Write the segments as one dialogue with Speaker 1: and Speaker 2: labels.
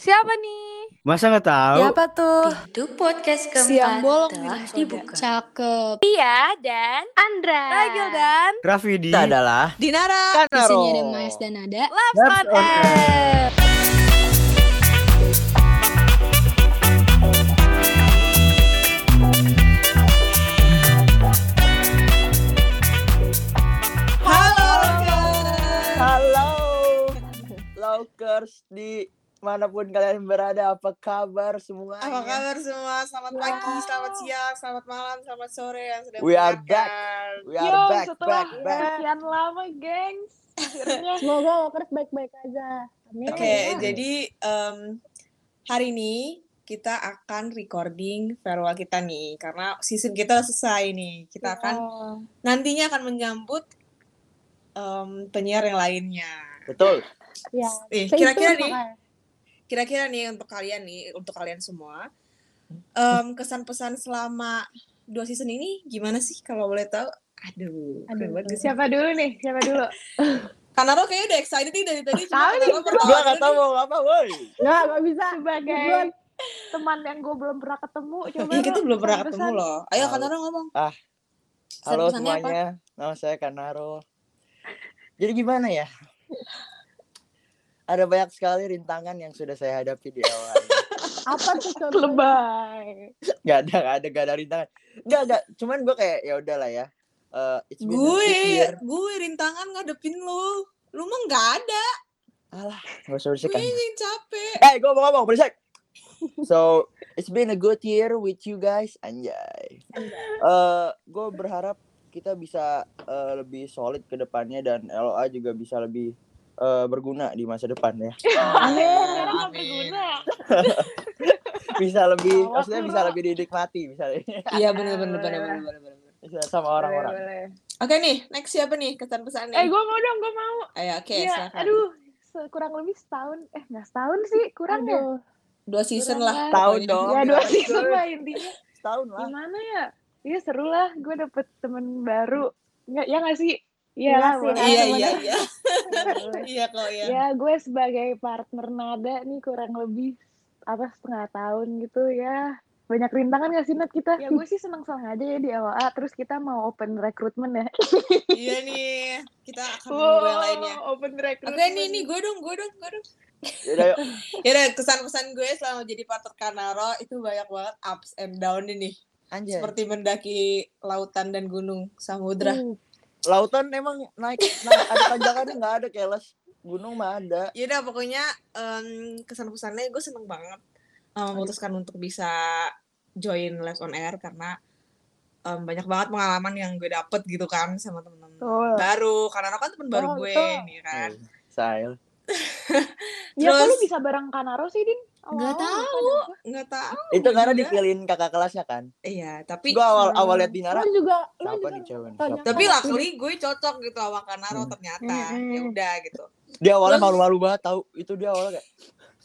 Speaker 1: Siapa nih?
Speaker 2: Masa nggak tahu?
Speaker 3: Siapa tuh?
Speaker 4: Pintu podcast keempat
Speaker 3: Siang bolong minum
Speaker 4: telah
Speaker 3: soda.
Speaker 4: dibuka. Iya,
Speaker 5: Cakep.
Speaker 1: Tia dan
Speaker 4: Andra.
Speaker 1: Ragil dan
Speaker 2: Raffi di
Speaker 3: Kita adalah
Speaker 5: Dinara. Di
Speaker 2: Kanaro.
Speaker 5: sini ada Mas dan ada.
Speaker 1: Labs
Speaker 2: Labs
Speaker 1: on
Speaker 2: on
Speaker 1: Air.
Speaker 3: Halo Rocker.
Speaker 6: Halo, Lokers di manapun kalian berada, apa kabar semua?
Speaker 7: Apa kabar semua? Selamat pagi, selamat siang, selamat malam, selamat sore yang sudah
Speaker 6: We are
Speaker 7: mendengarkan.
Speaker 6: We are back,
Speaker 8: setelah
Speaker 6: back, back.
Speaker 2: ya.
Speaker 8: sekian lama, gengs. Akhirnya
Speaker 5: Semoga Walkers baik-baik aja. Amin.
Speaker 8: Oh
Speaker 5: Ya.
Speaker 7: Oke, jadi em, hari ini kita akan recording farewell kita nih karena season kita udah selesai
Speaker 8: Iya.
Speaker 7: nih. Kita akan nantinya akan menyambut em, penyiar yang lainnya.
Speaker 6: Betul.
Speaker 8: ya.
Speaker 7: Nih, kira-kira nih, kira-kira nih untuk kalian nih, untuk kalian semua,
Speaker 8: Hmm.
Speaker 7: em, kesan pesan selama dua season ini gimana sih kalau boleh tahu? Aduh,
Speaker 8: Aduh,
Speaker 7: keren banget gak sih?
Speaker 8: siapa dulu nih? Siapa dulu?
Speaker 7: Karena lo kayaknya udah excited nih dari tadi.
Speaker 8: Tahu nih,
Speaker 6: Gua nggak tahu mau apa, woi.
Speaker 8: Nggak, nggak bisa. Sebagai teman yang gue belum pernah ketemu. Coba
Speaker 7: Iya, kita
Speaker 8: dong,
Speaker 7: belum pernah
Speaker 8: pesan-pesan.
Speaker 7: ketemu loh. Ayo,
Speaker 6: Tahu.
Speaker 7: Kanaro ngomong.
Speaker 6: Ah, Halo
Speaker 7: Pesan-pesannya
Speaker 6: semuanya, nama saya Kanaro. Jadi gimana ya? Ada banyak sekali rintangan yang sudah saya hadapi di awal.
Speaker 5: Apa tuh contohnya?
Speaker 8: Lebay.
Speaker 6: gak ada, gak ada, gak ada rintangan. Gak, gak. Cuman gue kayak ya udahlah ya. Eh, it's been a
Speaker 7: Gue,
Speaker 6: good year.
Speaker 7: gue rintangan ngadepin lu. Lu mah nggak ada.
Speaker 6: Gak usah
Speaker 7: Gue
Speaker 6: bersihkan.
Speaker 7: yang capek.
Speaker 6: Eh, gue mau ngomong, berisik. So, it's been a good year with you guys, anjay. Eh, gue berharap kita bisa eh, lebih solid ke depannya dan LOA juga bisa lebih eh, berguna di masa depan ya.
Speaker 8: Ah,
Speaker 7: Iya.
Speaker 8: Eh, Sekarang kan nggak
Speaker 7: Amin.
Speaker 8: berguna.
Speaker 6: Bisa lebih,
Speaker 8: Awak
Speaker 6: maksudnya bisa
Speaker 8: dulu.
Speaker 6: lebih dinikmati, bisa,
Speaker 7: Iya, bener, bener, bener, bener, bener, bener.
Speaker 6: bisa sama orang-orang.
Speaker 8: Boleh,
Speaker 7: Oke nih, next siapa nih kesan pesan
Speaker 8: boleh. Eh,
Speaker 7: nih?
Speaker 8: gue mau dong, gue mau.
Speaker 7: Ayo, oke,
Speaker 8: Iya,
Speaker 7: silakan.
Speaker 8: aduh. se- kurang lebih setahun eh nggak setahun sih kurang ya
Speaker 7: Dua season lah.
Speaker 6: Tahun
Speaker 7: pokoknya. Iya,
Speaker 6: dong,
Speaker 8: ya dua season lah intinya
Speaker 6: tahun lah.
Speaker 8: gimana ya iya seru lah gue dapet temen baru nggak ya nggak sih Iya lah,
Speaker 5: sih,
Speaker 8: boleh.
Speaker 7: Iya, iya, iya.
Speaker 8: Boleh.
Speaker 7: Iya kok, iya.
Speaker 8: ya gue sebagai partner nada nih kurang lebih apa setengah tahun gitu ya banyak rintangan gak sih Nat kita ya gue sih seneng seneng aja ya di LOA terus kita mau open recruitment ya
Speaker 7: Iya nih. Kita akan menunggu yang lainnya.
Speaker 8: open recruitment
Speaker 7: Oke, nih, nih, gue dong, gue dong, gue dong.
Speaker 6: Yaudah, yuk.
Speaker 7: Ya, kesan-pesan gue selama jadi partner Kanaro itu banyak banget ups and down ini.
Speaker 6: Anjay.
Speaker 7: seperti mendaki lautan dan
Speaker 2: Hmm.
Speaker 7: gunung samudra.
Speaker 6: Lautan emang naik, naik ada tanjakannya nggak ada kayak les. Gunung mah ada.
Speaker 7: Ya udah pokoknya em, kesan-pesannya gue seneng banget em, memutuskan untuk bisa join Live on Air karena em, banyak banget pengalaman yang gue dapet gitu kan sama temen-temen
Speaker 8: Betul.
Speaker 7: baru karena kan temen baru
Speaker 8: Oh,
Speaker 7: gue
Speaker 8: betul.
Speaker 7: nih
Speaker 6: Ah. Eh,
Speaker 7: kan.
Speaker 6: Saya.
Speaker 8: ya kok lu
Speaker 7: Terus-
Speaker 8: bisa bareng Kanaro sih Din
Speaker 5: Nggak tahu.
Speaker 7: Nggak tahu.
Speaker 6: Itu karena
Speaker 7: Iya.
Speaker 6: dipilihin kakak kelasnya kan.
Speaker 7: Iya, tapi
Speaker 6: Gue awal awal liat Dinara,
Speaker 5: Lu juga
Speaker 6: siapa
Speaker 5: lu
Speaker 2: gitu?
Speaker 5: juga
Speaker 6: nih cewek? nih?
Speaker 5: tanya.
Speaker 6: Siapa?
Speaker 7: tapi luckily gue cocok gitu sama Kanaro
Speaker 6: Hmm.
Speaker 7: ternyata.
Speaker 5: Mm-mm.
Speaker 7: Ya udah gitu.
Speaker 6: dia awalnya
Speaker 7: Terus-
Speaker 6: malu-malu banget tahu itu dia awalnya kayak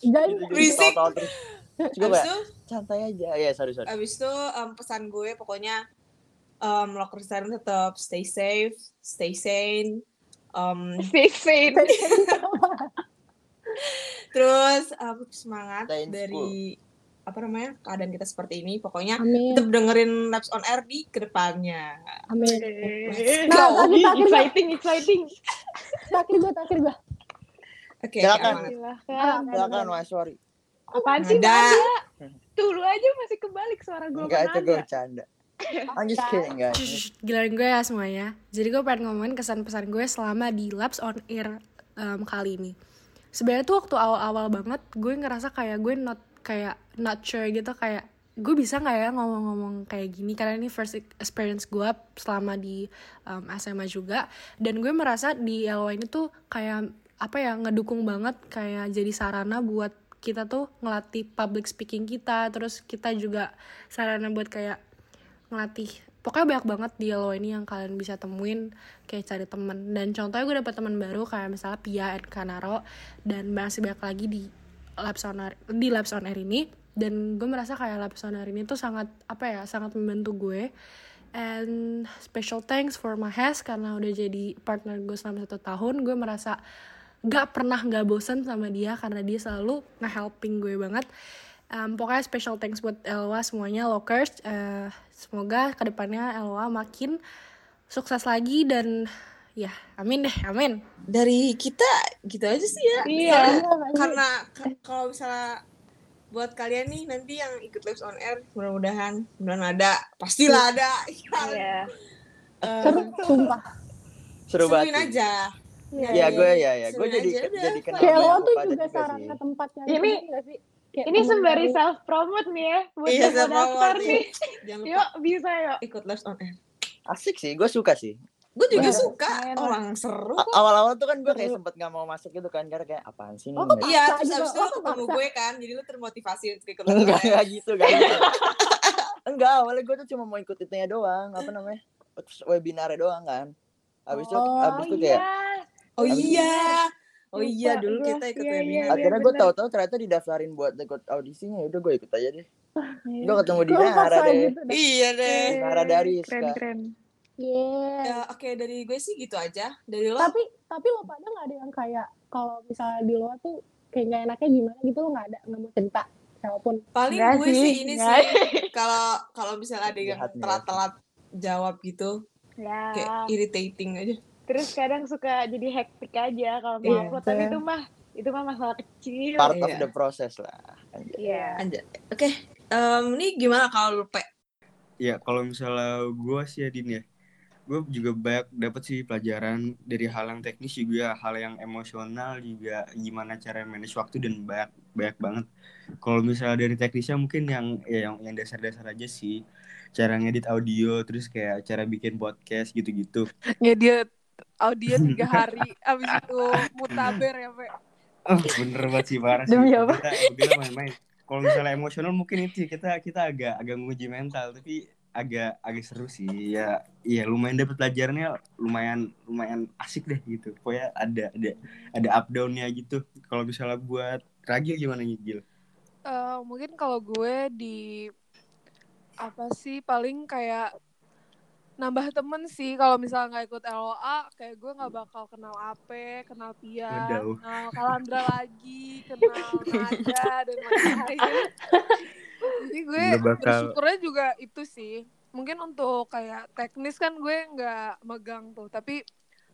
Speaker 5: jangan
Speaker 6: gitu-gitu,
Speaker 7: Berisik.
Speaker 6: ketawa-tawa terus Terus gue
Speaker 7: Habis
Speaker 6: kayak
Speaker 7: itu
Speaker 6: santai aja ya sorry sorry
Speaker 7: Abis itu em, pesan gue pokoknya um, locker design tetap stay safe, stay sane. Em,
Speaker 8: stay sane
Speaker 7: terus em, semangat
Speaker 6: Stay in
Speaker 7: dari apa namanya keadaan kita seperti ini. Pokoknya
Speaker 5: Amin.
Speaker 7: tetap dengerin Labs on Air di kedepannya.
Speaker 5: Amin.
Speaker 8: nah,
Speaker 5: Nah, tapi terakhir gua-
Speaker 8: exciting exciting
Speaker 5: terakhir gue terakhir gue.
Speaker 7: Oke,
Speaker 6: Silakan.
Speaker 7: aman.
Speaker 8: silahkan
Speaker 6: silakan mas sorry
Speaker 8: apaan sih
Speaker 7: Nada.
Speaker 8: Nada tuh lu aja masih kebalik suara gue
Speaker 6: enggak itu
Speaker 8: Nada
Speaker 6: gue bercanda I'm just kidding guys
Speaker 5: Giliran gue ya semuanya. Jadi gue pengen ngomongin kesan-pesan gue selama di Labs on Air em, kali ini. Sebenarnya tuh waktu awal-awal banget gue ngerasa kayak gue not kayak not sure gitu kayak gue bisa nggak ya ngomong-ngomong kayak gini karena ini first experience gue selama di em, SMA juga dan gue merasa di LO ini tuh kayak apa ya ngedukung banget kayak jadi sarana buat kita tuh ngelatih public speaking kita terus kita juga sarana buat kayak ngelatih pokoknya banyak banget di lo ini yang kalian bisa temuin kayak cari temen dan contohnya gue dapet teman baru kayak misalnya Pia and Kanaro dan masih banyak lagi di Labs on Air, di Labs on Air ini dan gue merasa kayak Labs on Air ini tuh sangat apa ya sangat membantu gue and special thanks for Mahes karena udah jadi partner gue selama satu tahun gue merasa gak pernah gak bosen sama dia karena dia selalu nge-helping gue banget Em, pokoknya special thanks buat Elwa semuanya Lokers Eh, semoga kedepannya Elwa makin sukses lagi dan ya amin deh amin
Speaker 7: dari kita gitu aja sih ya
Speaker 8: Iya,
Speaker 7: karena k- kalau misalnya buat kalian nih nanti yang ikut lives on air mudah-mudahan mudah ada pastilah ada ya.
Speaker 8: Iya.
Speaker 7: Eh,
Speaker 8: Sumpah.
Speaker 6: Seru
Speaker 7: seruin
Speaker 6: banget. sih.
Speaker 7: aja
Speaker 6: Ya gue ya ya, gue
Speaker 7: Seruin
Speaker 6: jadi
Speaker 7: aja udah,
Speaker 6: jadi kenal.
Speaker 2: Kayak lo
Speaker 6: sama
Speaker 2: tuh
Speaker 6: Fadil
Speaker 2: juga
Speaker 6: sih.
Speaker 2: saran ke tempatnya.
Speaker 8: Ini- Ini sembari self promote nih ya buat
Speaker 7: Iya,
Speaker 8: yang mau
Speaker 7: self-promote
Speaker 8: daftar
Speaker 7: nih.
Speaker 8: nih.
Speaker 7: jangan lupa
Speaker 8: Yuk bisa yuk.
Speaker 7: ikut lives on air
Speaker 6: Asik sih, gue suka sih.
Speaker 7: gue juga
Speaker 6: Bener.
Speaker 7: suka
Speaker 8: Main.
Speaker 7: orang seru
Speaker 6: A- Awal-awal tuh kan gue kayak sempet gak mau masuk gitu kan karena kayak apaan sih
Speaker 2: Iya.
Speaker 6: ini?
Speaker 2: Oh, kok
Speaker 6: nggak-
Speaker 7: Iya,
Speaker 2: Paksa
Speaker 7: terus
Speaker 2: juga,
Speaker 7: abis itu
Speaker 2: lo
Speaker 7: lo ketemu
Speaker 2: kepaksa.
Speaker 7: gue kan, jadi lo termotivasi untuk ikut lives
Speaker 6: Enggak
Speaker 7: on air.
Speaker 6: enggak gitu kan. Enggak, awalnya gue tuh cuma mau ikut itunya doang, apa namanya? Webinarnya doang kan. Habis itu
Speaker 2: Oh,
Speaker 6: habis itu kayak
Speaker 7: Oh
Speaker 6: Abis-
Speaker 7: iya, oh
Speaker 8: Lupa
Speaker 7: iya dulu
Speaker 8: gue.
Speaker 7: kita ikut
Speaker 8: Iya,
Speaker 7: webinar.
Speaker 8: iya,
Speaker 6: akhirnya gue
Speaker 8: bener.
Speaker 6: tahu-tahu ternyata didaftarin buat ikut audisinya, udah gue ikut aja deh.
Speaker 8: Iya.
Speaker 6: Gue ketemu
Speaker 2: Gue
Speaker 6: Dinara
Speaker 2: paksa
Speaker 6: deh.
Speaker 2: gitu deh.
Speaker 7: Iya deh.
Speaker 6: Nara dari
Speaker 8: keren
Speaker 6: Ska.
Speaker 8: keren.
Speaker 2: Yeah.
Speaker 7: Ya, Oke dari gue sih gitu aja. Dari lo?
Speaker 2: Tapi tapi lo pada nggak ada yang kayak kalau misalnya di luar tuh kayak nggak enaknya gimana gitu lo nggak ada nggak mau cerita siapapun.
Speaker 7: paling
Speaker 8: Enggak
Speaker 7: gue sih,
Speaker 8: sih,
Speaker 7: ini
Speaker 8: enggak.
Speaker 7: sih kalau kalau misalnya ada yang
Speaker 6: Jahat nih.
Speaker 7: telat-telat jawab gitu
Speaker 8: Ya.
Speaker 7: kayak
Speaker 9: Ah.
Speaker 7: irritating aja
Speaker 8: Terus kadang suka jadi hektik aja kalau mau
Speaker 7: Iya.
Speaker 8: upload tapi itu mah itu mah masalah kecil.
Speaker 6: Part of
Speaker 7: Iya.
Speaker 6: the process lah.
Speaker 8: Iya.
Speaker 7: aja oke em, ini gimana kalau lu pe
Speaker 4: ya kalau misalnya gue sih ya Din ya gue juga banyak dapat sih pelajaran dari hal yang teknis juga hal yang emosional juga gimana cara manage waktu dan banyak banyak banget kalau misalnya dari teknisnya mungkin yang ya yang yang dasar-dasar aja sih cara ngedit audio terus kayak cara bikin podcast gitu-gitu
Speaker 1: Ngedit audio tiga hari, abis itu mutaber ya, Pe.
Speaker 4: oh, bener banget sih parah sih
Speaker 8: Demi apa?
Speaker 4: Kita- kita main-main kalau misalnya emosional mungkin itu ya, kita kita agak agak menguji mental tapi agak agak seru sih ya iya lumayan dapat pelajarannya lumayan lumayan asik deh gitu pokoknya ada ada ada up downnya gitu kalau misalnya buat Ragil gimana nih Gil?
Speaker 1: Eh, mungkin kalau gue di apa sih paling kayak nambah temen sih kalau misalnya nggak ikut LOA kayak gue nggak bakal kenal Ape, kenal Tia,
Speaker 4: Waduh.
Speaker 1: kenal Kalandra lagi, kenal Nada dan lain-lain. Jadi gue
Speaker 4: Nggak bakal-
Speaker 1: bersyukurnya juga itu sih. Mungkin untuk kayak teknis kan gue nggak megang tuh, tapi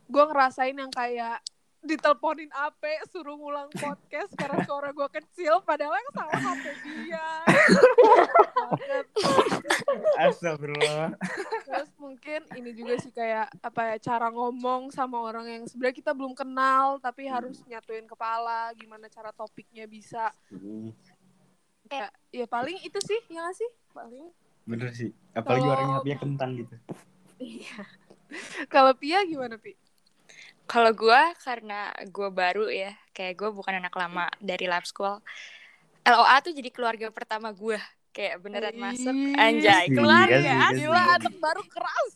Speaker 1: gue ngerasain yang kayak diteleponin Ape suruh ngulang podcast karena suara gue kecil padahal yang salah HP dia. Banget.
Speaker 4: Astagfirullah.
Speaker 1: Terus mungkin ini juga sih kayak apa ya cara ngomong sama orang yang sebenarnya kita belum kenal tapi harus nyatuin kepala, gimana cara topiknya bisa.
Speaker 4: Hmm,
Speaker 1: Ya, ya paling itu sih, ya nggak sih? Paling.
Speaker 4: Bener sih.
Speaker 9: Oh.
Speaker 4: Apalagi
Speaker 1: Kalau-
Speaker 4: orangnya hatinya kentang gitu.
Speaker 1: Kalau Pia gimana, Pi?
Speaker 9: Kalau gua karena gua baru ya, kayak gua bukan anak lama dari lab school. LOA tuh jadi keluarga pertama gua Kayak beneran masuk,
Speaker 1: Ih.
Speaker 9: anjay, keluar ya.
Speaker 4: Iya sih,
Speaker 1: Gila,
Speaker 4: iya sih.
Speaker 1: anak baru keras.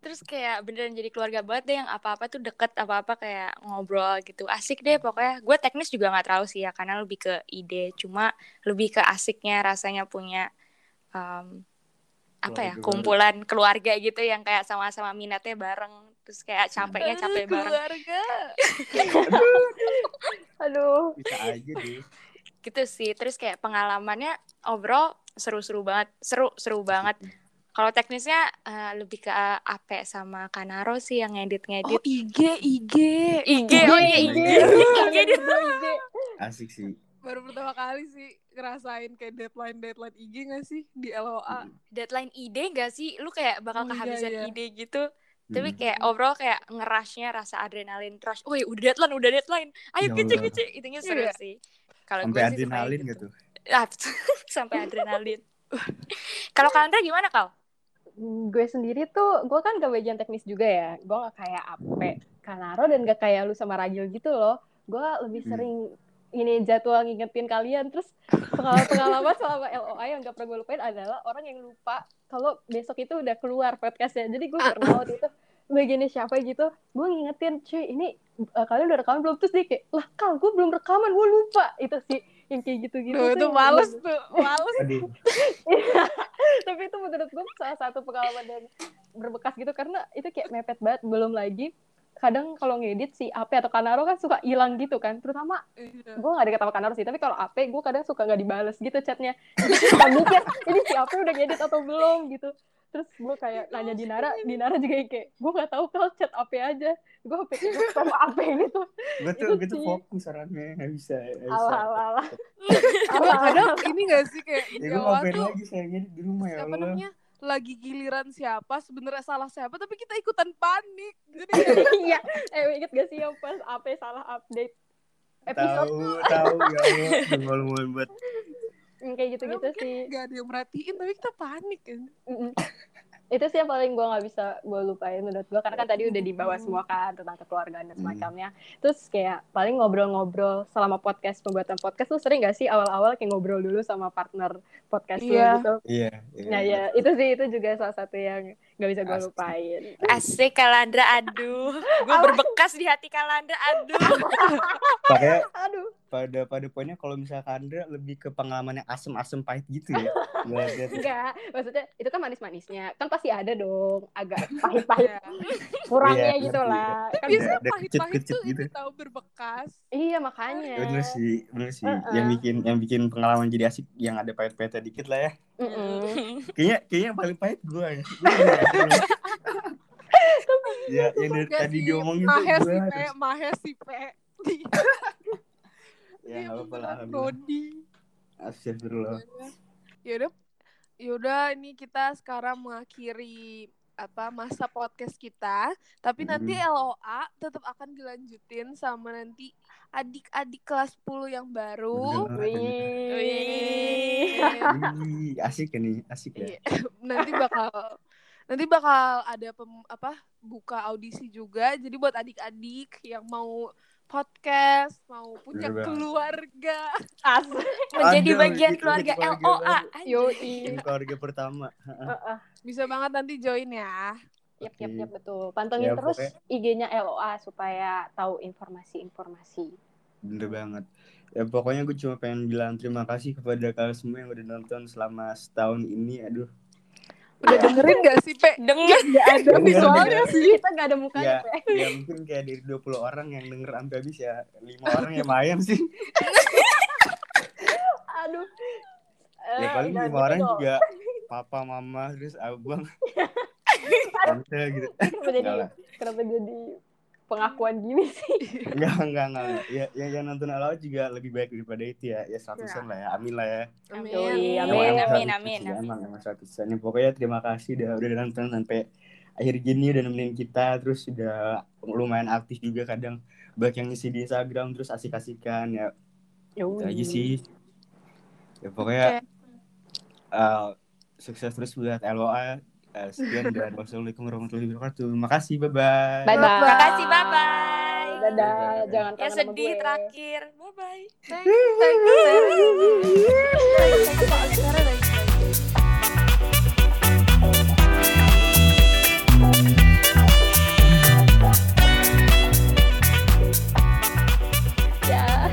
Speaker 9: Terus kayak beneran jadi keluarga banget deh yang apa-apa tuh deket, apa-apa kayak ngobrol gitu. Asik deh pokoknya. Gue teknis juga nggak terlalu sih ya, karena lebih ke ide. Cuma lebih ke asiknya rasanya punya... um, apa ya
Speaker 4: Keluarga
Speaker 9: kumpulan keluarga gitu yang kayak sama-sama minatnya bareng terus kayak capeknya capek
Speaker 1: Aduh,
Speaker 9: bareng
Speaker 1: keluarga.
Speaker 8: Aduh.
Speaker 4: Bisa aja deh.
Speaker 9: gitu sih terus kayak pengalamannya overall seru-seru banget seru seru banget kalau teknisnya eh, lebih ke eh, Ape sama Kanaro sih yang ngedit
Speaker 1: Oh,
Speaker 9: ngedit
Speaker 1: IG, IG.
Speaker 9: IG oh iya
Speaker 4: IG.
Speaker 9: IG IG deh.
Speaker 4: Asik sih.
Speaker 1: Baru pertama kali sih ngerasain kayak deadline-deadline IG gak sih di LOA?
Speaker 9: deadline ide gak sih lu kayak bakal
Speaker 1: Oh, iya,
Speaker 9: kehabisan
Speaker 1: iya.
Speaker 9: ide gitu tapi
Speaker 4: Hmm.
Speaker 9: kayak overall kayak ngerashnya rasa adrenalin rush woi udah deadline udah deadline ayo
Speaker 4: Ya
Speaker 9: kece
Speaker 4: Allah.
Speaker 9: kece itunya seru
Speaker 1: Iya.
Speaker 9: sih kalau gue
Speaker 4: Sampai
Speaker 9: sih sukanya
Speaker 4: adrenalin
Speaker 9: gitu
Speaker 4: gitu.
Speaker 9: Ah, sampai adrenalin kalau kalian gimana kal
Speaker 2: gue sendiri tuh gue kan gak bagian teknis juga ya gue gak kayak Ape Kanaro dan gak kayak lu sama Ragil gitu loh gue lebih
Speaker 4: Hmm.
Speaker 2: sering ini jadwal ngingetin kalian terus pengalaman-pengalaman selama LOI yang gak pernah gue lupain adalah orang yang lupa kalau besok itu udah keluar podcastnya jadi gue pernah waktu itu bagiannya siapa gitu gue ngingetin cuy ini eh, kalian udah rekaman belum terus dia kayak lah kal gue belum rekaman gue lupa itu sih Iya, yang kayak gitu-gitu tuh
Speaker 1: Duh, itu
Speaker 2: yang
Speaker 1: males tuh, males.
Speaker 4: Aduh.
Speaker 2: tapi itu menurut gue salah satu pengalaman yang berbekas gitu karena itu kayak mepet banget belum lagi kadang kalau ngedit si Ape atau Kanaro kan suka hilang gitu kan terutama
Speaker 1: Iya.
Speaker 2: gue gak deket sama Kanaro sih tapi kalau AP gue kadang suka gak dibales gitu chatnya Jadi gue suka mikir ini si AP udah ngedit atau belum gitu terus gue
Speaker 1: Iya,
Speaker 2: kayak nanya Dinara Dinara juga yang kayak gue gak tahu kalau chat AP aja gue pikir gua sama AP gitu
Speaker 4: Gue tuh,
Speaker 2: Itu
Speaker 4: gue tuh
Speaker 2: sih.
Speaker 4: fokus orangnya, nggak bisa. nggak bisa.
Speaker 2: alah alah alah Iya,
Speaker 1: Gue kadang ini gak sih kayak
Speaker 4: Ya
Speaker 1: di
Speaker 4: gue
Speaker 1: awal
Speaker 4: ngapain
Speaker 1: tuh
Speaker 4: lagi sayangnya di rumah ya
Speaker 1: siapa
Speaker 4: Allah.
Speaker 1: namanya lagi giliran siapa sebenarnya salah siapa tapi kita ikutan panik jadi kayak
Speaker 2: iya eh inget gak sih yang pas AP salah update episode
Speaker 4: Tahu, tahu ya Allah. Ngomong-ngomong buat
Speaker 2: Hmm, kayak gitu-gitu
Speaker 1: mungkin
Speaker 2: sih
Speaker 1: gak ada yang merhatiin tapi kita panik kan
Speaker 2: Mm-mm. itu sih yang paling gue nggak bisa gue lupain menurut gue karena kan tadi udah dibawa
Speaker 1: Hmm.
Speaker 2: semua kan tentang kekeluargaan dan
Speaker 4: Hmm.
Speaker 2: semacamnya terus kayak paling ngobrol-ngobrol selama podcast pembuatan podcast tuh sering gak sih awal-awal kayak ngobrol dulu sama partner podcast lu
Speaker 1: Iya.
Speaker 2: gitu
Speaker 4: Iya.
Speaker 2: nah ya itu sih itu juga salah satu yang nggak bisa gue
Speaker 4: Asik.
Speaker 2: lupain
Speaker 9: Asik Kalandra, aduh. Gue berbekas di hati Kalandra, aduh.
Speaker 4: Pakai
Speaker 2: aduh
Speaker 4: pada pada poinnya kalau misalnya Kandra lebih ke pengalaman yang asem-asem pahit gitu ya. Gua lihat.
Speaker 2: enggak maksudnya itu kan manis-manisnya kan pasti ada dong agak pahit-pahit
Speaker 1: Iya.
Speaker 2: kurangnya
Speaker 4: Iya,
Speaker 2: gitu
Speaker 4: ngerti.
Speaker 2: lah kan
Speaker 4: Iya.
Speaker 1: biasanya
Speaker 4: ada
Speaker 1: pahit-pahit
Speaker 4: kecut-kecut
Speaker 1: tuh
Speaker 4: gitu.
Speaker 1: ini tahu berbekas
Speaker 2: iya makanya
Speaker 4: Ya, bener sih, bener sih.
Speaker 2: Heeh.
Speaker 4: Yang bikin yang bikin pengalaman jadi asik yang ada pahit-pahitnya dikit lah ya.
Speaker 2: Mm-mm.
Speaker 4: Kayaknya kayaknya yang paling pahit gue ya. Gua bener ya, bener. ya yang dari
Speaker 1: Enggak
Speaker 4: tadi
Speaker 1: sih,
Speaker 4: diomongin tuh
Speaker 1: Mahes
Speaker 4: gue
Speaker 1: si P,
Speaker 4: harus.
Speaker 1: Mahes si P. Dia,
Speaker 4: Ya
Speaker 1: dia
Speaker 4: nggak apa-apa lah.
Speaker 1: beneran
Speaker 4: Alhamdulillah.
Speaker 1: Brody.
Speaker 4: Astagfirullah.
Speaker 1: Yaudah. Yaudah, yaudah Ya ini kita sekarang mengakhiri apa masa podcast kita. Tapi nanti
Speaker 4: Mm.
Speaker 1: LOA tetap akan dilanjutin sama nanti adik-adik kelas 10 yang baru.
Speaker 4: Bener.
Speaker 2: Wih.
Speaker 4: Ih, asik ya nih, asik ya.
Speaker 1: Iya, nanti bakal nanti bakal ada pem- apa buka audisi juga. Jadi buat adik-adik yang mau podcast, mau punya
Speaker 4: Bener banget.
Speaker 1: keluarga.
Speaker 2: Asli.
Speaker 9: Menjadi
Speaker 4: Aduh, gitu,
Speaker 9: bagian
Speaker 4: jadi
Speaker 9: keluarga
Speaker 4: keluarga
Speaker 9: LOA.
Speaker 4: baru.
Speaker 9: anjay.
Speaker 2: Yoi.
Speaker 4: Jadi keluarga pertama.
Speaker 2: Heeh.
Speaker 1: Bisa banget nanti join ya.
Speaker 2: Yap,
Speaker 4: Oke.
Speaker 2: yap, yap, betul. Pantengin
Speaker 4: Ya,
Speaker 2: terus
Speaker 4: pokoknya-
Speaker 2: IG-nya LOA supaya tahu informasi-informasi.
Speaker 4: Bener banget. Ya, pokoknya gue cuma pengen bilang terima kasih kepada kalian semua yang udah nonton selama setahun ini. Aduh.
Speaker 1: Udah dengerin gak sih, Pe?
Speaker 9: Eh, Dengar
Speaker 1: Gak ada
Speaker 4: Dengerin,
Speaker 1: visualnya
Speaker 4: dengerin.
Speaker 1: sih.
Speaker 2: Kita nggak ada mukanya,
Speaker 4: Ya,
Speaker 2: Pe.
Speaker 4: ya mungkin kayak dari 20 orang yang denger sampai habis ya. 5 orang yang main sih.
Speaker 2: Aduh.
Speaker 4: Ya
Speaker 2: Eh,
Speaker 4: paling
Speaker 2: udah
Speaker 4: 5
Speaker 2: gitu
Speaker 4: orang
Speaker 2: dong.
Speaker 4: juga papa, mama, terus abang, tante gitu.
Speaker 2: Kenapa jadi,
Speaker 4: Enggak lah.
Speaker 2: kenapa jadi pengakuan gini sih?
Speaker 4: Enggak, enggak, enggak. enggak. Ya, ya, yang nonton Allah juga lebih baik daripada itu ya. Ya 100-an
Speaker 2: Iya.
Speaker 4: lah ya. Amin lah ya.
Speaker 2: Yoi,
Speaker 9: Amin,
Speaker 4: Emang- emang
Speaker 9: amin,
Speaker 4: 100%,
Speaker 9: amin, amin.
Speaker 4: Emang emang 100%. Ya, pokoknya terima kasih udah udah nonton sampai akhir gini udah nemenin kita terus udah lumayan aktif juga kadang banyak yang ngisi di Instagram terus asik-asikan ya itu aja
Speaker 2: Hmm.
Speaker 4: sih ya pokoknya
Speaker 1: Oke.
Speaker 4: eh, sukses terus buat LOA Eh, sekian dan wassalamualaikum warahmatullahi wabarakatuh makasih bye bye
Speaker 2: Bye-bye.
Speaker 9: Makasih, bye-bye.
Speaker 2: Dadah,
Speaker 4: Dadah.
Speaker 2: jangan kangen
Speaker 9: Ya
Speaker 2: sama gue.
Speaker 9: sedih terakhir. Bye-bye.
Speaker 1: Thank you, thank you, thank you. Thank you, thank you, Pak Askara, thank you.
Speaker 2: Ya.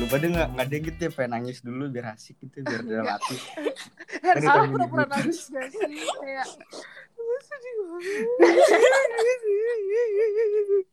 Speaker 4: lu pada nggak nggak ada yang gitu ya pengen nangis dulu biar asik gitu biar Kan dramatis
Speaker 1: Harus
Speaker 4: Tadi
Speaker 1: aku
Speaker 4: kamu
Speaker 1: pura-pura
Speaker 4: nyebut.
Speaker 1: nangis gak sih? Kayak, "Gue sedih banget.